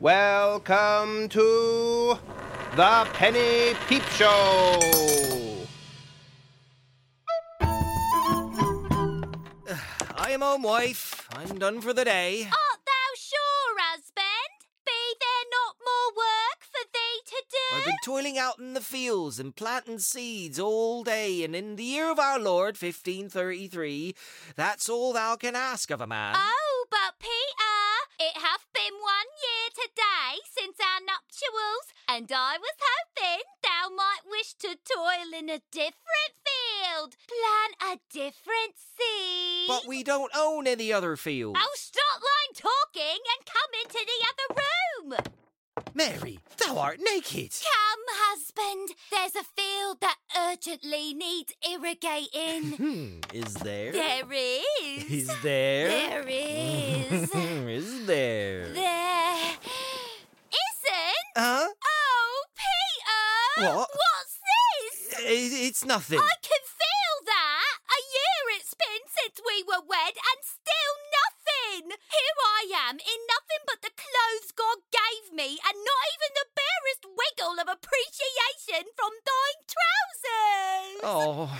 Welcome to the Penny Peep Show. I am home, wife. I'm done for the day. Art thou sure, husband? Be there not more work for thee to I've do? been toiling out in the fields and planting seeds all day, and in the year of our Lord, 1533, that's all thou can ask of a man. Oh, but Peter, it hath been one year today since our nuptials, and I was hoping thou might wish to toil in a different field, plant a different seed. But we don't own any other fields. Oh, stop lying talking and come into the other room. Mary, thou art naked. Come, husband, there's a field that urgently needs irrigating. Hmm, is there? There is. Is there? There is. Hmm, is there? there isn't. Huh? Oh, Peter! What? What's this? I- it's nothing. I can feel that. A year it's been since we were wed, and still nothing. Here I am in nothing but the clothes God gave me, and not even the barest wiggle of appreciation from thine trousers. Oh,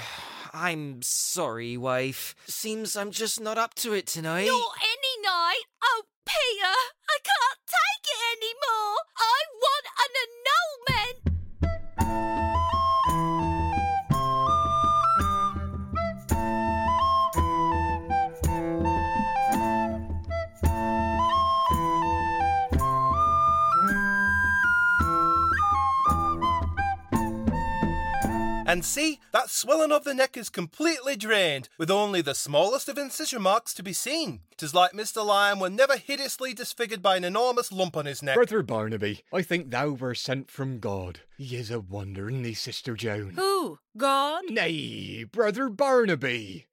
I'm sorry, wife. Seems I'm just not up to it tonight. Not any night. Oh, Peter, I can't take it anymore. I want an annulment. And see, that swelling of the neck is completely drained, with only the smallest of incision marks to be seen. 'Tis like Mr. Lion were never hideously disfigured by an enormous lump on his neck. Brother Barnaby, I think thou were sent from God. He is a wonder, isn't he, Sister Joan? Who? God? Nay, Brother Barnaby.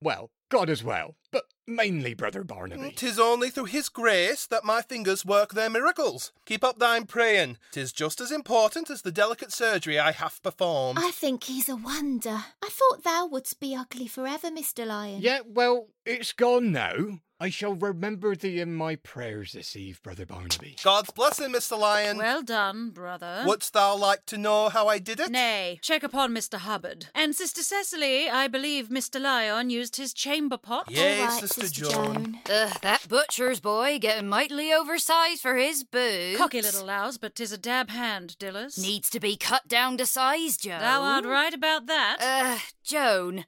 Well, God as well, but mainly Brother Barnaby. Mm, 'Tis only through his grace that my fingers work their miracles. Keep up thine praying. 'Tis just as important as the delicate surgery I have performed. I think he's a wonder. I thought thou wouldst be ugly forever, Mr. Oh. Lion. Yeah, well, it's gone now. I shall remember thee in my prayers this eve, Brother Barnaby. God's blessing, Mr. Lion. Well done, brother. Wouldst thou like to know how I did it? Nay, check upon Mr. Hubbard. And Sister Cecily, I believe Mr. Lyon used his chamber pot. All Yea, right, Sister Joan. Joan. Ugh, that butcher's boy getting mightily oversized for his boots. Cocky little louse, but 'tis a dab hand, Dillers. Needs to be cut down to size, Joan. Thou art right about that. Ugh, Joan,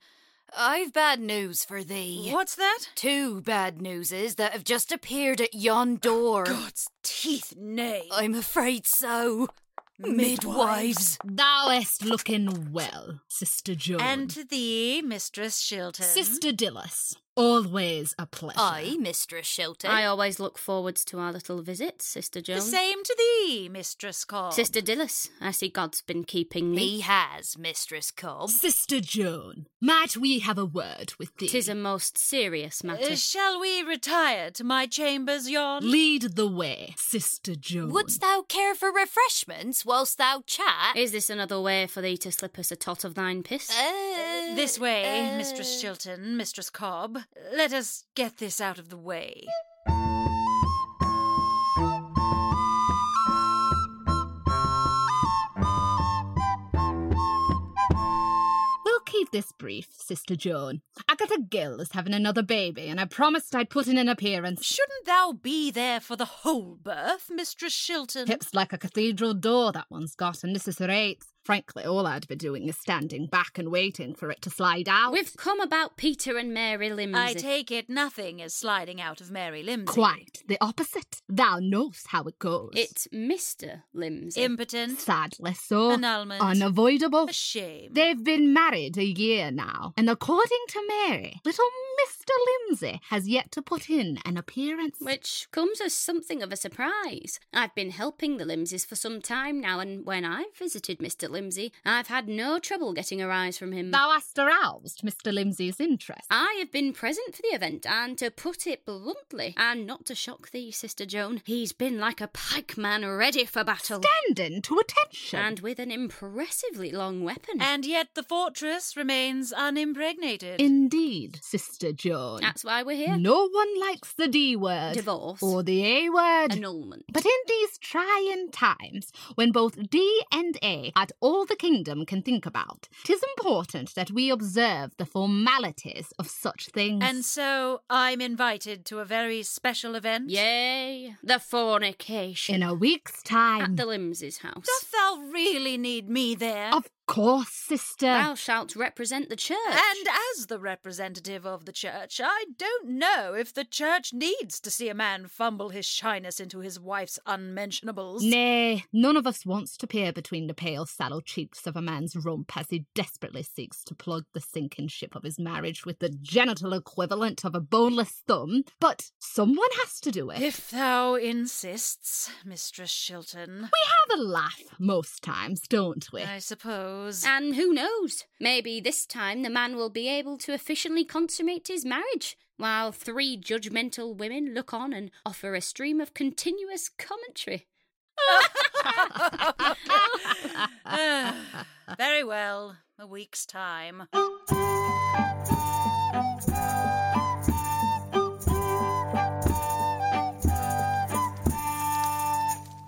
I've bad news for thee. What's that? Two bad newses that have just appeared at yon door. Oh, God's teeth, nay. I'm afraid so. Midwives. Thouest looking well, Sister Joan. And to thee, Mistress Shilton. Sister Dillis. Always a pleasure. I, Mistress Shilton. I always look forwards to our little visits, Sister Joan. The same to thee, Mistress Cobb. Sister Dillis, I see God's been keeping me. He has, Mistress Cobb. Sister Joan, might we have a word with thee? Tis a most serious matter. Uh, shall we retire to my chambers yon? Lead the way, Sister Joan. Wouldst thou care for refreshments whilst thou chat? Is this another way for thee to slip us a tot of thine piss? Uh, This way, uh, Mistress Shilton, Mistress Cobb. Let us get this out of the way. We'll keep this brief, Sister Joan. Agatha Gill is having another baby, and I promised I'd put in an appearance. Shouldn't thou be there for the whole birth, Mistress Shilton? Hips like a cathedral door, that one's got, and this is her eighth. Frankly, all I'd be doing is standing back and waiting for it to slide out. We've come about Peter and Mary Limsey. I take it nothing is sliding out of Mary Limsey. Quite the opposite. Thou knows how it goes. It's Mr. Limsey. Impotent. Sadly so. Annulment. Unavoidable. A shame. They've been married a year now, and according to Mary, little Mr. Limsey has yet to put in an appearance. Which comes as something of a surprise. I've been helping the Limseys for some time now, and when I've visited Mr. Limsey, I've had no trouble getting a rise from him. Thou hast aroused Mr. Limsey's interest. I have been present for the event, and to put it bluntly, and not to shock thee, Sister Joan, he's been like a pikeman ready for battle. Standing to attention. And with an impressively long weapon. And yet the fortress remains unimpregnated. Indeed, Sister Joan. That's why we're here. No one likes the D word. Divorce. Or the A word. Annulment. But in these trying times, when both D and A at all the kingdom can think about, 'tis important that we observe the formalities of such things. And so I'm invited to a very special event. Yay, the fornication. in a week's time. At the Limsey's house. Doth thou really need me there? Of course, sister. Thou shalt represent the church. And as the representative of the church, I don't know if the church needs to see a man fumble his shyness into his wife's unmentionables. Nay, none of us wants to peer between the pale, sallow cheeks of a man's rump as he desperately seeks to plug the sinking ship of his marriage with the genital equivalent of a boneless thumb, but someone has to do it. If thou insists, Mistress Shilton. we have a laugh most times, don't we? I suppose. And who knows? Maybe this time the man will be able to officially consummate his marriage, while three judgmental women look on and offer a stream of continuous commentary. Very well. A week's time.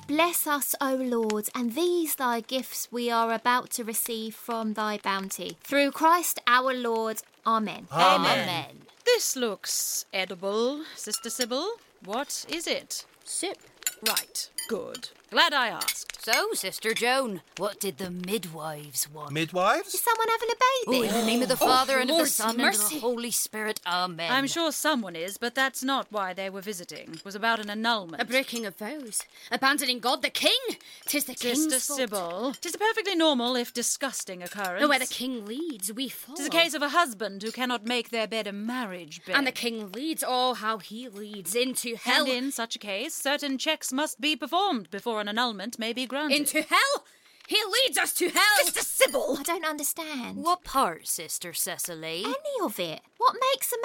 Bless us, O Lord, and these thy gifts we are about to receive from thy bounty. Through Christ our Lord. Amen. Amen. This looks edible, Sister Sybil. What is it? Sip. Right. Good. Glad I asked. So, Sister Joan, what did the midwives want? Is Midwives? someone having a Oh, baby? in the name of the Father and of the Lord's Son and of mercy. the Holy Spirit, Amen. I'm sure someone is, but that's not why they were visiting. It was about an annulment. A breaking of vows. Abandoning God the king. Tis the Sister king's fault. Sybil. Tis a perfectly normal, if disgusting, occurrence. Where the king leads, we follow. Tis a case of a husband who cannot make their bed a marriage bed. Oh. And the king leads, oh, how he leads, into hell. And in such a case, certain checks must be performed before an annulment may be granted. into hell? He leads us to hell! Sister Sybil! I don't understand. What part, Sister Cecily? Any of it? What makes a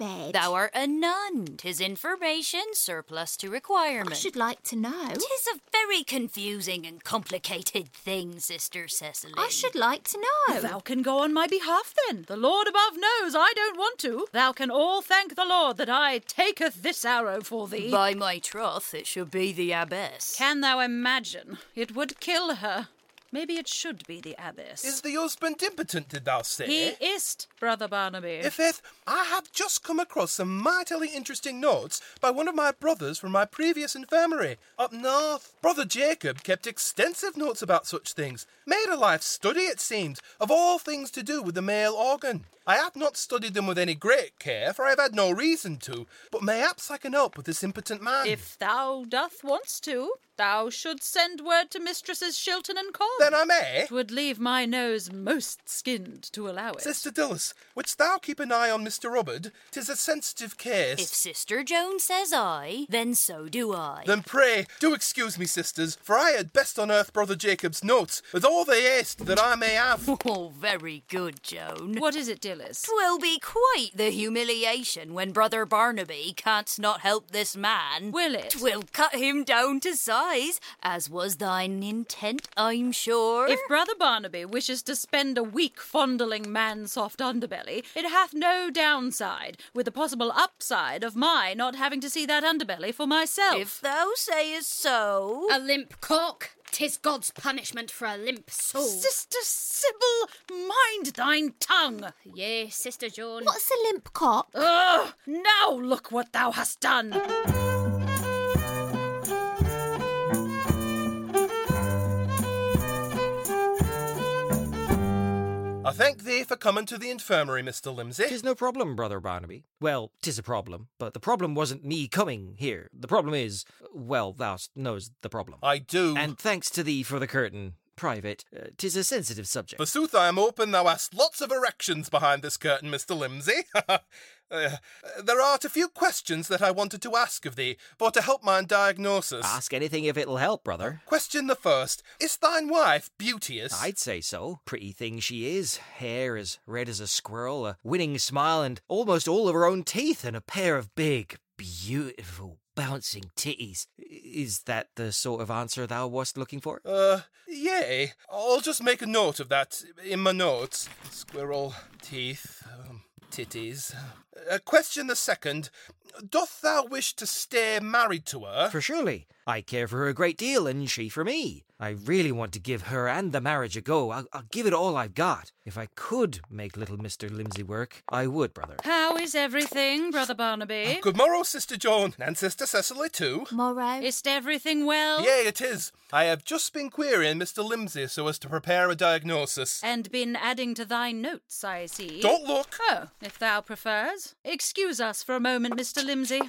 marriage bed? Thou art a nun. Tis information surplus to I requirement. should like to know. Tis a very confusing and complicated thing, Sister Cecily. I should like to know. Thou can go on my behalf then. The Lord above knows I don't want to. Thou can all thank the Lord that I taketh this arrow for thee. By my troth, it should be the abbess. Can thou imagine? It would kill her. Maybe it should be the abbess. Is the husband impotent, did thou say? he is't, Brother Barnaby. If it, I have just come across some mightily interesting notes by one of my brothers from my previous infirmary up north. Brother Jacob kept extensive notes about such things, made a life study, it seems, of all things to do with the male organ. I have not studied them with any great care, for I have had no reason to, but mayhaps I can help with this impotent man. If thou doth wants to, thou should send word to Mistresses Shilton and Cobb. then I may. Twould leave my nose most skinned to allow it. Sister Dillis, wouldst thou keep an eye on Mr. Hubbard? Tis a sensitive case. If Sister Joan says I, then so do I. Then pray, do excuse me, sisters, for I had best unearth Brother Jacob's notes with all the haste that I may have. Oh, very good, Joan. What is it, Dillis? Twill be quite the humiliation when Brother Barnaby can't not help this man. Will it? Twill cut him down to size, as was thine intent, I'm sure. If Brother Barnaby wishes to spend a week fondling man's soft underbelly, it hath no downside, with the possible upside of my not having to see that underbelly for myself. If thou sayest so. A limp cock. Tis God's punishment for a limp soul. Sister Sybil, mind thine tongue! Yea, Sister Joan. What's a limp cock? Ugh! Now look what thou hast done! I thank thee for coming to the infirmary, Mr. Limsey. Tis no problem, Brother Barnaby. Well, tis a problem, but the problem wasn't me coming here. The problem is, well, thou knows the problem. I do. And thanks to thee for the curtain, private. Uh, tis a sensitive subject. Forsooth, I am open thou hast lots of erections behind this curtain, Mr. Limsey. uh, there art a few questions that I wanted to ask of thee, for to help mine diagnosis. Ask anything if it'll help, brother. Question the first. Is thine wife beauteous? I'd say so. Pretty thing she is. Hair as red as a squirrel, a winning smile, and almost all of her own teeth, and a pair of big, beautiful bouncing titties. Is that the sort of answer thou wast looking for? Uh, yea. I'll just make a note of that in my notes. Squirrel, teeth, um, titties. Uh, question the second. Doth thou wish to stay married to her? For surely. I care for her a great deal, and she for me. I really want to give her and the marriage a go. I'll, I'll give it all I've got. If I could make little Mr. Limsey work, I would, brother. How is everything, Brother Barnaby? Good morrow, Sister Joan, and Sister Cecily too. Morrow. Is everything well? Yea, it is. I have just been querying Mr. Limsey so as to prepare a diagnosis. And been adding to thy notes, I see. Don't look. Oh, if thou prefers. Excuse us for a moment, Mr. Limsey.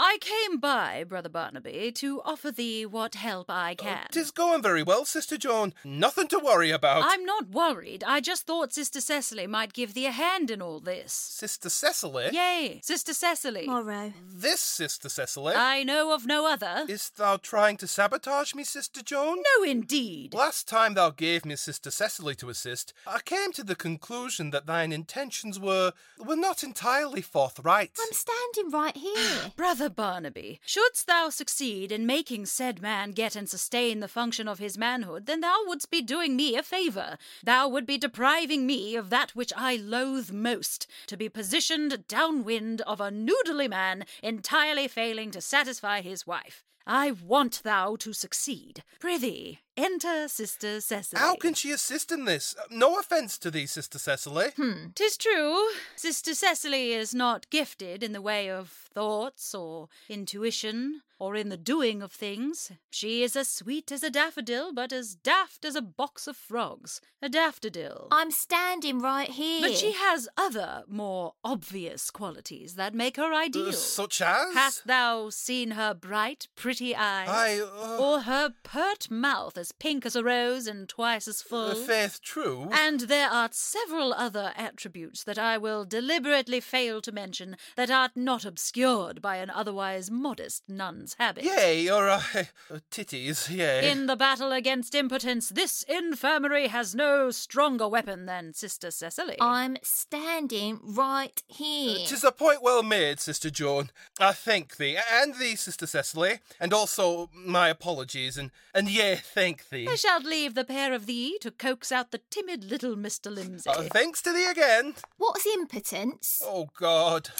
I came by, Brother Barnaby, to offer thee what help I can. Oh, tis going very well, Sister Joan. Nothing to worry about. I'm not worried. I just thought Sister Cecily might give thee a hand in all this. Sister Cecily? Yea, Sister Cecily. Morrow. This Sister Cecily? I know of no other. Is thou trying to sabotage me, Sister Joan? No, indeed. Last time thou gave me Sister Cecily to assist, I came to the conclusion that thine intentions were were not entirely forthright. I'm standing right here. Brother Barnaby, shouldst thou succeed in making said man get and sustain the function of his manhood, then thou wouldst be doing me a favour. Thou would be depriving me of that which I loathe most, to be positioned downwind of a noodly man entirely failing to satisfy his wife. I want thou to succeed. Prithee, enter Sister Cecily. How can she assist in this? No offence to thee, Sister Cecily. Hmm, tis true. Sister Cecily is not gifted in the way of thoughts or intuition or in the doing of things. She is as sweet as a daffodil, but as daft as a box of frogs. A daffodil. I'm standing right here. But she has other, more obvious qualities that make her ideal. Uh, such as? Hast thou seen her bright, pretty eyes, I, uh, or her pert mouth as pink as a rose and twice as full. Uh, faith, true. And there are several other attributes that I will deliberately fail to mention that are not obscured by an otherwise modest nun's habit. Yea, or uh, uh, titties, yea. In the battle against impotence, this infirmary has no stronger weapon than Sister Cecily. I'm standing right here. Tis a point well made, Sister Joan. I thank thee, and thee, Sister Cecily, and and also my apologies, and, and yea, thank thee. I shall leave the pair of thee to coax out the timid little Mr. Limsey. Uh, thanks to thee again. What's impotence? Oh, God.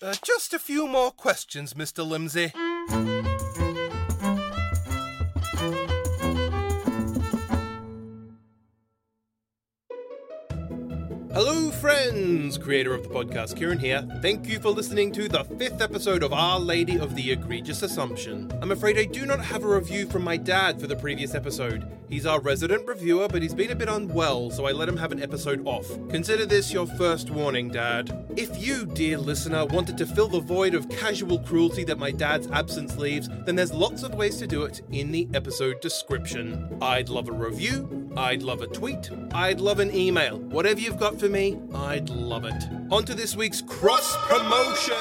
Uh, just a few more questions, Mr. Limsey. Hello, friends! Creator of the podcast, Kieran here. Thank you for listening to the fifth episode of Our Lady of the Egregious Assumption. I'm afraid I do not have a review from my dad for the previous episode. He's our resident reviewer, but he's been a bit unwell, so I let him have an episode off. Consider this your first warning, Dad. If you, dear listener, wanted to fill the void of casual cruelty that my dad's absence leaves, then there's lots of ways to do it in the episode description. I'd love a review, I'd love a tweet, I'd love an email. Whatever you've got for me, I'd love it. On to this week's cross promotion.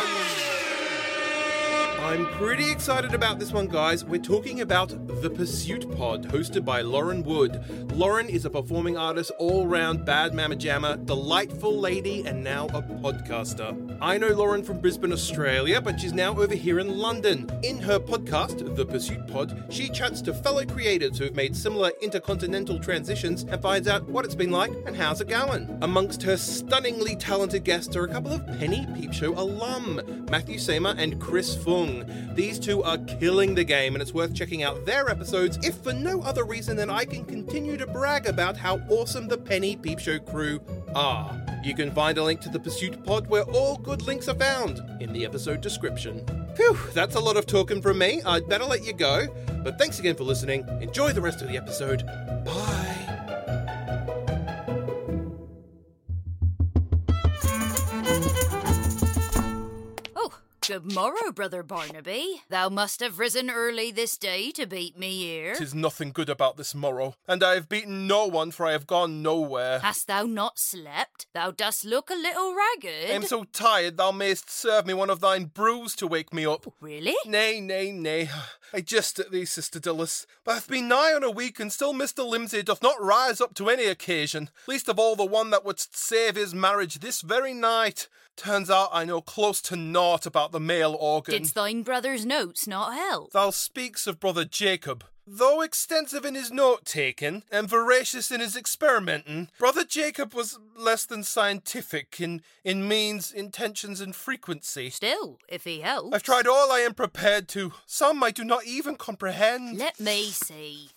I'm pretty excited about this one, guys. We're talking about The Pursuit Pod, hosted by Lauren Wood. Lauren is a performing artist, all round bad mama jammer, delightful lady, and now a podcaster. I know Lauren from Brisbane, Australia, but she's now over here in London. In her podcast, The Pursuit Pod, she chats to fellow creators who've made similar intercontinental transitions and finds out what it's been like and how's it going. Amongst her stunningly talented guests are a couple of Penny Peep Show alum, Matthew Seymour and Chris Fung. These two are killing the game, and it's worth checking out their episodes if for no other reason than I can continue to brag about how awesome the Penny Peep Show crew are. You can find a link to the Pursuit Pod where all good links are found in the episode description. Phew, that's a lot of talking from me. I'd better let you go. But thanks again for listening. Enjoy the rest of the episode. Bye. morrow, brother Barnaby. Thou must have risen early this day to beat me here. Tis nothing good about this morrow, and I have beaten no one, for I have gone nowhere. Hast thou not slept? Thou dost look a little ragged. I am so tired thou mayst serve me one of thine brews to wake me up. Oh, Really? Nay, nay, nay. I jest at thee, Sister Dillis, but hath been nigh on a week, and still Mr. Limsey doth not rise up to any occasion, least of all the one that wouldst save his marriage this very night. Turns out I know close to naught about the male organ. Didst thine brother's notes not help? Thou speaks of brother Jacob. Though extensive in his note taking and voracious in his experimenting, brother Jacob was less than scientific in, in means, intentions, and frequency. Still, if he helps. I've tried all I am prepared to. Some I do not even comprehend. Let me see.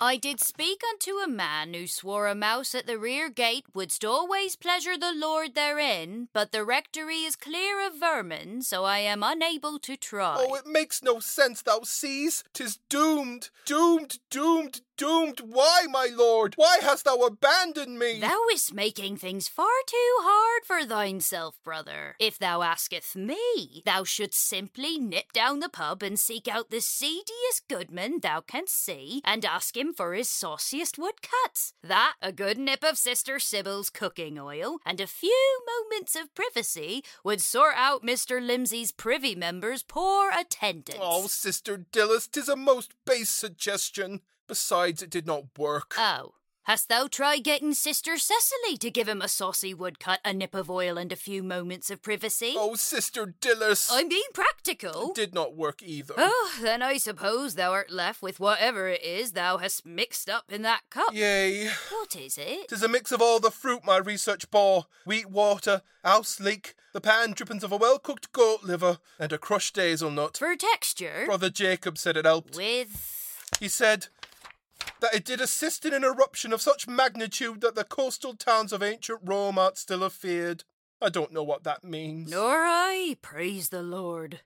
I did speak unto a man who swore a mouse at the rear gate wouldst always pleasure the Lord therein, but the rectory is clear of vermin, so I am unable to try. Oh, it makes no sense, thou sees. 'Tis doomed, doomed, doomed, doomed. Why, my lord? Why hast thou abandoned me? Thou is making things far too hard for thyself, brother. If thou asketh me, thou shouldst simply nip down the pub and seek out the seediest goodman thou canst see, and ask him for his sauciest woodcuts. That, a good nip of Sister Sybil's cooking oil, and a few moments of privacy would sort out Mr. Limsey's privy member's poor attendance. Oh, Sister Dillis, 'tis a most base suggestion. Besides, it did not work. Oh. Hast thou tried getting Sister Cecily to give him a saucy woodcut, a nip of oil, and a few moments of privacy? Oh, Sister Dillis! I'm being practical. It did not work either. Oh, then I suppose thou art left with whatever it is thou hast mixed up in that cup. Yea. What is it? Tis a mix of all the fruit my research bore wheat water, house leek, the pan drippings of a well cooked goat liver, and a crushed hazel nut. For texture? Brother Jacob said it helped. With. He said, that it did assist in an eruption of such magnitude that the coastal towns of ancient Rome art still afeared. I don't know what that means. Nor I, praise the Lord.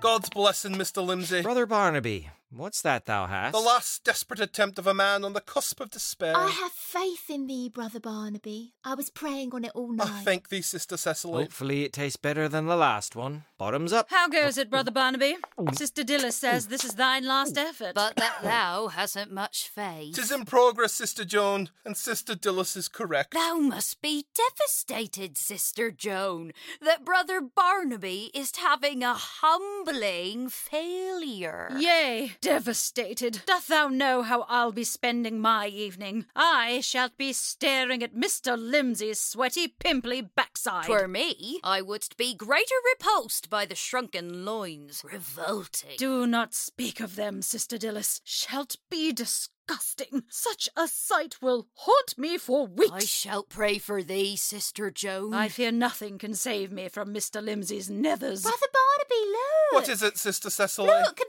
God's blessing, Mr. Limsey. Brother Barnaby, what's that thou hast? The last desperate attempt of a man on the cusp of Uh. despair. I have faith in thee, brother Barnaby. I was praying on it all Oh. night. I thank thee, Sister Cecily. Hopefully, it tastes better than the last one. Bottoms up. How goes it, Brother Barnaby? Sister Dillis says this is thine last effort. But that thou hasn't much faith. Tis in progress, Sister Joan, and Sister Dillis is correct. Thou must be devastated, Sister Joan, that Brother Barnaby is having a humbling failure. Yea, devastated. Doth thou know how I'll be spending my evening? I shall be staring at Mr. Limsey's sweaty, pimply backside. Twere me, I wouldst be greater repulsed by the shrunken loins. Revolting. Do not speak of them, Sister Dillis. Shalt be disgusting. Such a sight will haunt me for weeks. I shall pray for thee, Sister Joan. I fear nothing can save me from Mr. Limsey's nethers. Brother Barnaby, look! What is it, Sister Cecily? Look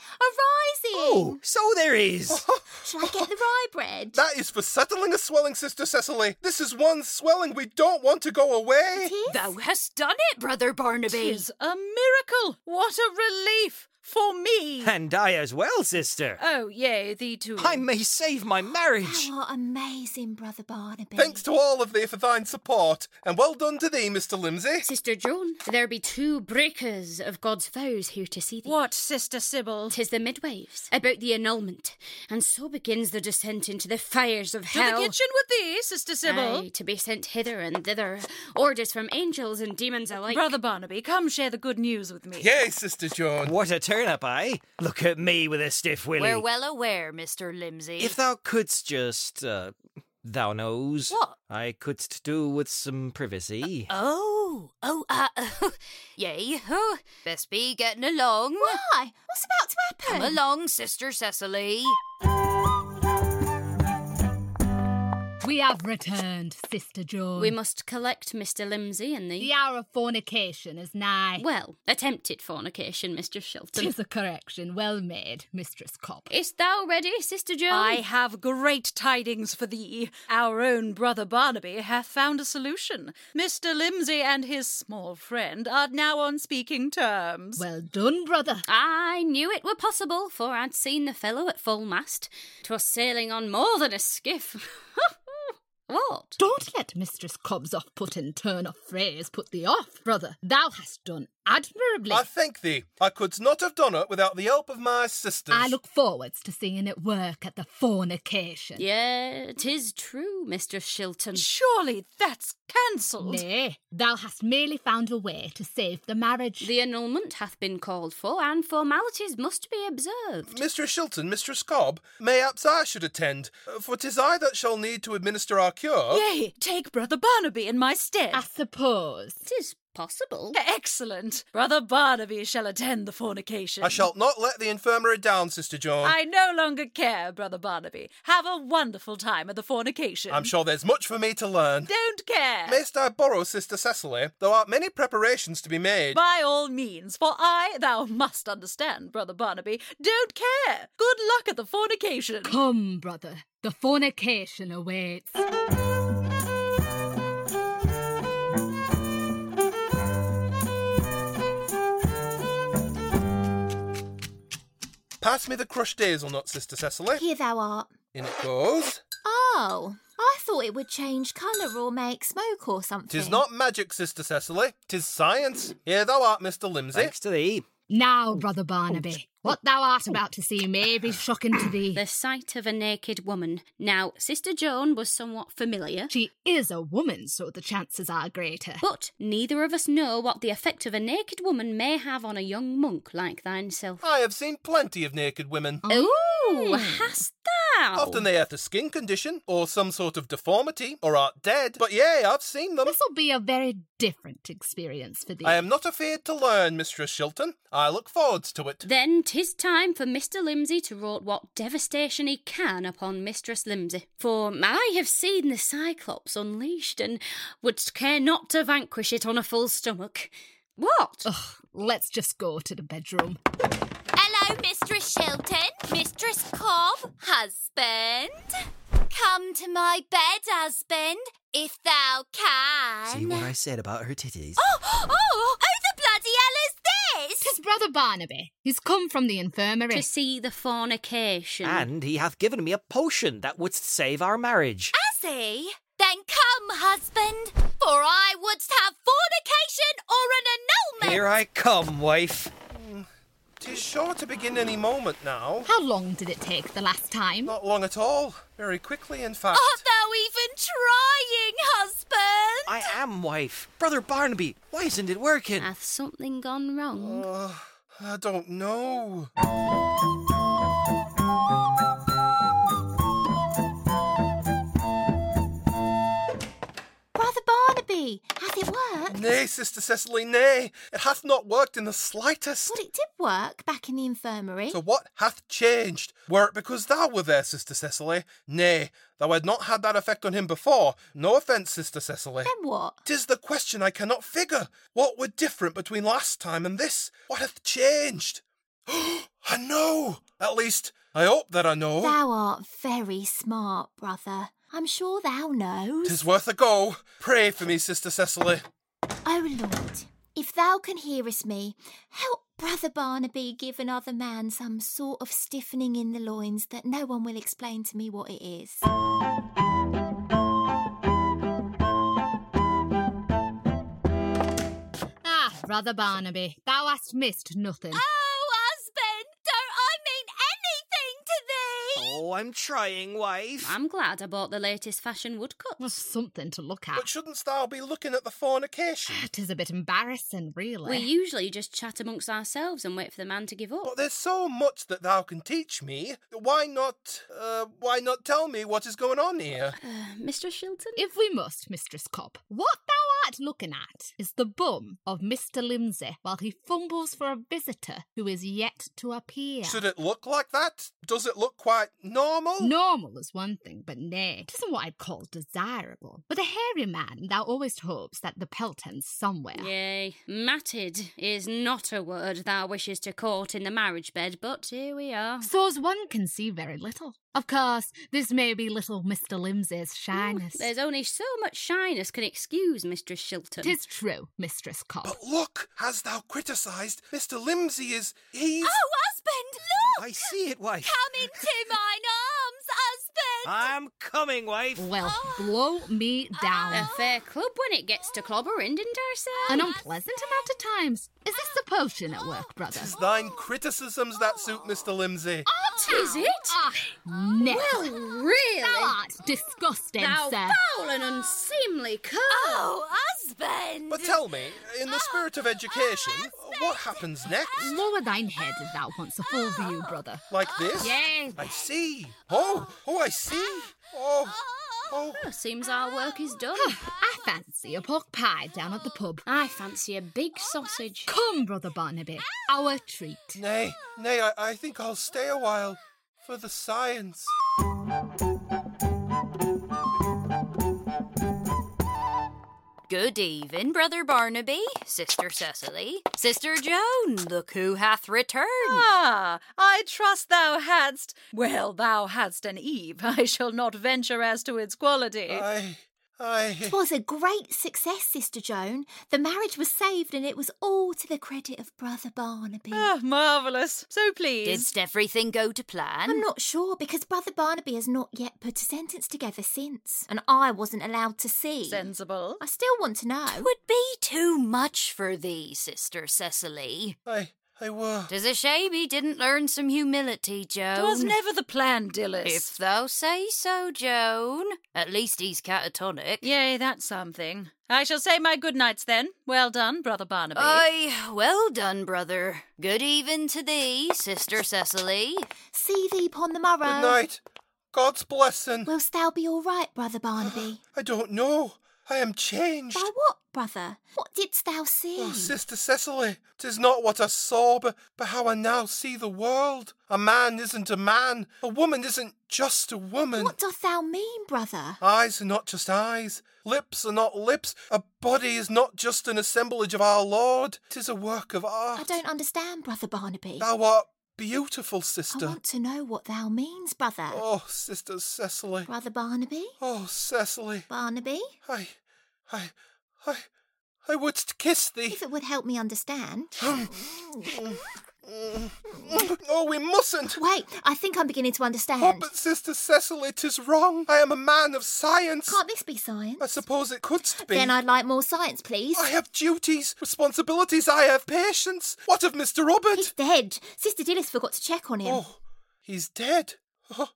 there, a rising. Oh, so there is. Shall I get the rye bread? That is for settling a swelling, Sister Cecily. This is one swelling we don't want to go away. It is? Thou hast done it, Brother Barnaby. Tis a miracle. What a relief for me. And I as well, sister. Oh, yea, thee too. I may save my marriage. Thou art amazing, brother Barnaby. Thanks to all of thee for thine support, and well done to thee, Mr. Limsey. Sister Joan, there be two breakers of God's vows here to see thee. What, Sister Sybil? Tis the midwives, about the annulment, and so begins their descent into the fires of to hell. the kitchen with thee, Sister Sybil. Aye, to be sent hither and thither, orders from angels and demons alike. Brother Barnaby, come share the good news with me. Yea, Sister Joan. What a turnip, I. Look at me with a stiff willy. We're well aware, Mr. Limsey. If thou couldst just, uh, thou knows. What? I couldst do with some privacy. Oh, oh, uh, yea, oh, best be getting along. Why? What's about to happen? Come along, Sister Cecily. We have returned, Sister Joan. We must collect Mr. Limsey and the. The hour of fornication is nigh. Well, attempted fornication, Mr. Shelton. Tis a correction. Well made, Mistress Cobb. Is thou ready, Sister Joan? I have great tidings for thee. Our own brother Barnaby hath found a solution. Mr. Limsey and his small friend are now on speaking terms. Well done, brother. I knew it were possible, for I'd seen the fellow at full mast. 'Twas sailing on more than a skiff. What? Don't let Mistress Cobb's off put and turn off phrase put thee off, brother. Thou hast done admirably. I thank thee. I could not have done it without the help of my sisters. I look forwards to seeing it work at the fornication. Yeah, Uh, 'tis true, Mr. Shilton. Surely that's cancelled. Nay, thou hast merely found a way to save the marriage. The annulment hath been called for, and formalities must be observed. Mr. Shilton, Mistress Cobb, mayhaps I should attend, for 'tis I that shall need to administer our cure. Yea, take Brother Barnaby in my stead. I suppose. 'Tis possible. Excellent. Brother Barnaby shall attend the fornication. I shall not let the infirmary down, Sister Joan. I no longer care, Brother Barnaby. Have a wonderful time at the fornication. am sure there's much for me to learn. Don't care. Mayst I borrow Sister Cecily? There are many preparations to be made. By all means, for I, thou must understand, Brother Barnaby, don't care. Good luck at the fornication. Come, brother, the fornication awaits. Uh, Pass me the crushed hazelnut, Sister Cecily. Here thou art. In it goes. Oh, I thought it would change colour or make smoke or something. Tis not magic, Sister Cecily. Tis science. Here thou art, Mr. Limsey. Thanks to thee. Oh, Now, brother Barnaby, what thou art about to see may be shocking to thee. The sight of a naked woman. Now, Sister Joan was somewhat familiar, She is a woman, so the chances are greater. but neither of us know what the effect of a naked woman may have on a young monk like thine self. I have seen plenty of naked women. Oh. Oh. Ooh, hast thou? Often they hath a skin condition, or some sort of deformity, or art dead. But yea, I've seen them. This'll be a very different experience for thee. I am not afraid to learn, Mistress Shilton. I look forwards to it. Then 'tis time for Mr. Limsey to wrought what devastation he can upon Mistress Limsey. For I have seen the Cyclops unleashed, and would care not to vanquish it on a full stomach. What? Ugh, let's just go to the bedroom. Hello, Mistress Shilton, Mistress Cobb, husband. Come to my bed, husband, if thou uh, can. See what I said about her titties? Oh, oh, who the bloody hell is this? Tis brother Barnaby. He's come from the infirmary. To see the fornication. And he hath given me a potion that would save our marriage. Has he? Then come, husband, for I wouldst have fornication or an annulment. Here I come, wife. Tis sure to begin any moment now. How long did it take the last time? Not long at all. Very quickly, in fact. Oh, Art thou even trying, husband? I am, wife. Brother Barnaby, why isn't it working? Hath something gone wrong? I don't know. Brother Barnaby, hath it worked? Nay, Sister Cecily, nay. It hath not worked in the slightest. But it did work back in the infirmary. So what hath changed? Were it because thou were there, Sister Cecily? Nay, thou had not had that effect on him before. No offence, Sister Cecily. then what? Tis the question I cannot figure. What were different between last time and this? What hath changed? I know! At least, I hope that I know. Thou art very smart, brother. I'm sure thou knows. Tis worth a go. Pray for me, Sister Cecily. O Oh, Lord, if thou can hearest me, help Brother Barnaby give another man some sort of stiffening in the loins that no one will explain to me what it is. Ah, brother Barnaby, thou hast missed nothing. Ah, Oh, husband, don't I mean anything to thee? Oh, I'm trying, wife. I'm glad I bought the latest fashion Well, woodcuts. something to look But at. shouldn't thou be looking at the fornication? Tis a bit embarrassing, We really. usually just chat amongst ourselves and wait for the man to give up. But there's so much that thou can teach me. Why not, uh, why not tell me what is going on here? Uh, Mr. Shilton? If we must, Mistress Cobb, what thou art looking at is the bum of Mr. Limsey while he fumbles for a visitor who is yet to appear. Should it look like that? Does it look quite normal? Normal is one thing, but nay, it isn't what I'd call desirable. With a hairy man, thou always hopes that the pelt ends somewhere. Yea, matted is not a word thou wishes to court in the marriage bed, but here we are. So as one can see very little. Of course, this may be little Mr. Limsey's shyness. There's only so much shyness can excuse Mistress Shilton. Tis true, Mistress Cobb. But look, as thou criticised, Mr. Limsey is. He's. Oh, husband, look! I see it, wife. Come into mine arms, husband! I'm coming, wife. Well, blow me down. Ah, A fair club when it gets to clobbering, didn't I say? An unpleasant amount of times. Is this the potion at work, brother? It's thine criticisms that suit Mr. Limsey. What is it? Ah, no. Well, really? Thou art disgusting, Thou sir. foul and unseemly cur. Oh, husband! But tell me, in the spirit of education, what happens next? Lower thine head if thou wants a full view, brother. Like this? Yes. I see. Oh, oh, I see. Oh, oh. Well, Ah. seems our work is done. I fancy a pork pie down at the pub. I fancy a big sausage. Come, brother Barnaby, our treat. Nay, nay, I, I think I'll stay a while for the science. Good even, Brother Barnaby, Sister Cecily, Sister Joan, look who hath returned. Ah, I trust thou hadst. Well, thou hadst an Eve. I shall not venture as to its quality. I, I. Twas a great success, Sister Joan. The marriage was saved, and it was all to the credit of Brother Barnaby. Ah, marvellous. So pleased. Didst everything go to plan? I'm not sure because Brother Barnaby has not yet put a sentence together since, and I wasn't allowed to see. Sensible. I still want to know. Would be too much for thee, Sister Cecily. I, I were. Tis a shame he didn't learn some humility, Joan. Twas never the plan, Dillis. If thou say so, Joan. At least he's catatonic. Yea, that's something. I shall say my good nights then. Well done, Brother Barnaby. Aye, well done, brother. Good even to thee, Sister Cecily. See thee upon the morrow. Good night. God's blessing. Whilst thou be all right, Brother Barnaby? I don't know. I am changed. By what, brother? What didst thou see? Oh, Sister Cecily, 'tis not what I saw, but, but how I now see the world. A man isn't a man. A woman isn't just a woman. What doth thou mean, brother? Eyes are not just eyes. Lips are not lips. A body is not just an assemblage of our Lord. 'Tis a work of art. I don't understand, Brother Barnaby. Thou art beautiful, I sister. want to know what thou means, brother. Oh, Sister Cecily. Brother Barnaby? Oh, Cecily. Barnaby? I, I, I, I would kiss thee. If it would help me understand. Oh, we mustn't. Wait, I think I'm beginning to Oh, understand. but Sister Cecily, 'tis wrong. I am a man of science. Can't this be I science? suppose it could be. Then I'd like more science, please. I have duties, responsibilities, I have patience. What of Mr. He's Robert? dead. Sister Dillis forgot to check on him. Oh, he's dead. Oh,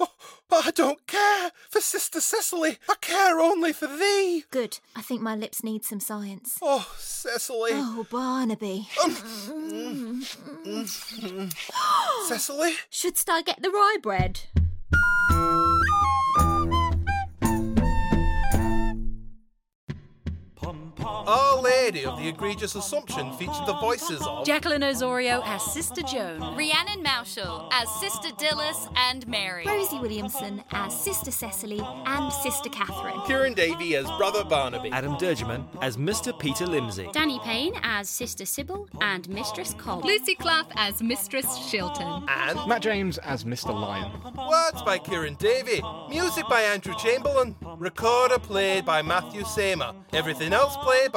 oh, I don't care for Sister Cecily. I care only for thee. Good. I think my lips need some science. Oh, Cecily. Um, Oh, Barnaby. Cecily? Shouldst I get the rye bread? Our Lady of the Egregious Assumption featured the voices of Jacqueline Osorio as Sister Joan. Rhiannon Maushall as Sister Dillis and Mary. Rosie Williamson as Sister Cecily and Sister Catherine. Kieran Davey as Brother Barnaby. Adam Durgeman as Mr. Peter Limsey. Danny Payne as Sister Sybil and Mistress Cobb. Lucy Clapp as Mistress Shilton. And Matt James as Mr. Lion. words by Kieran Davey. Music by Andrew Chamberlain. Recorder played by Matthew Samer. Everything else played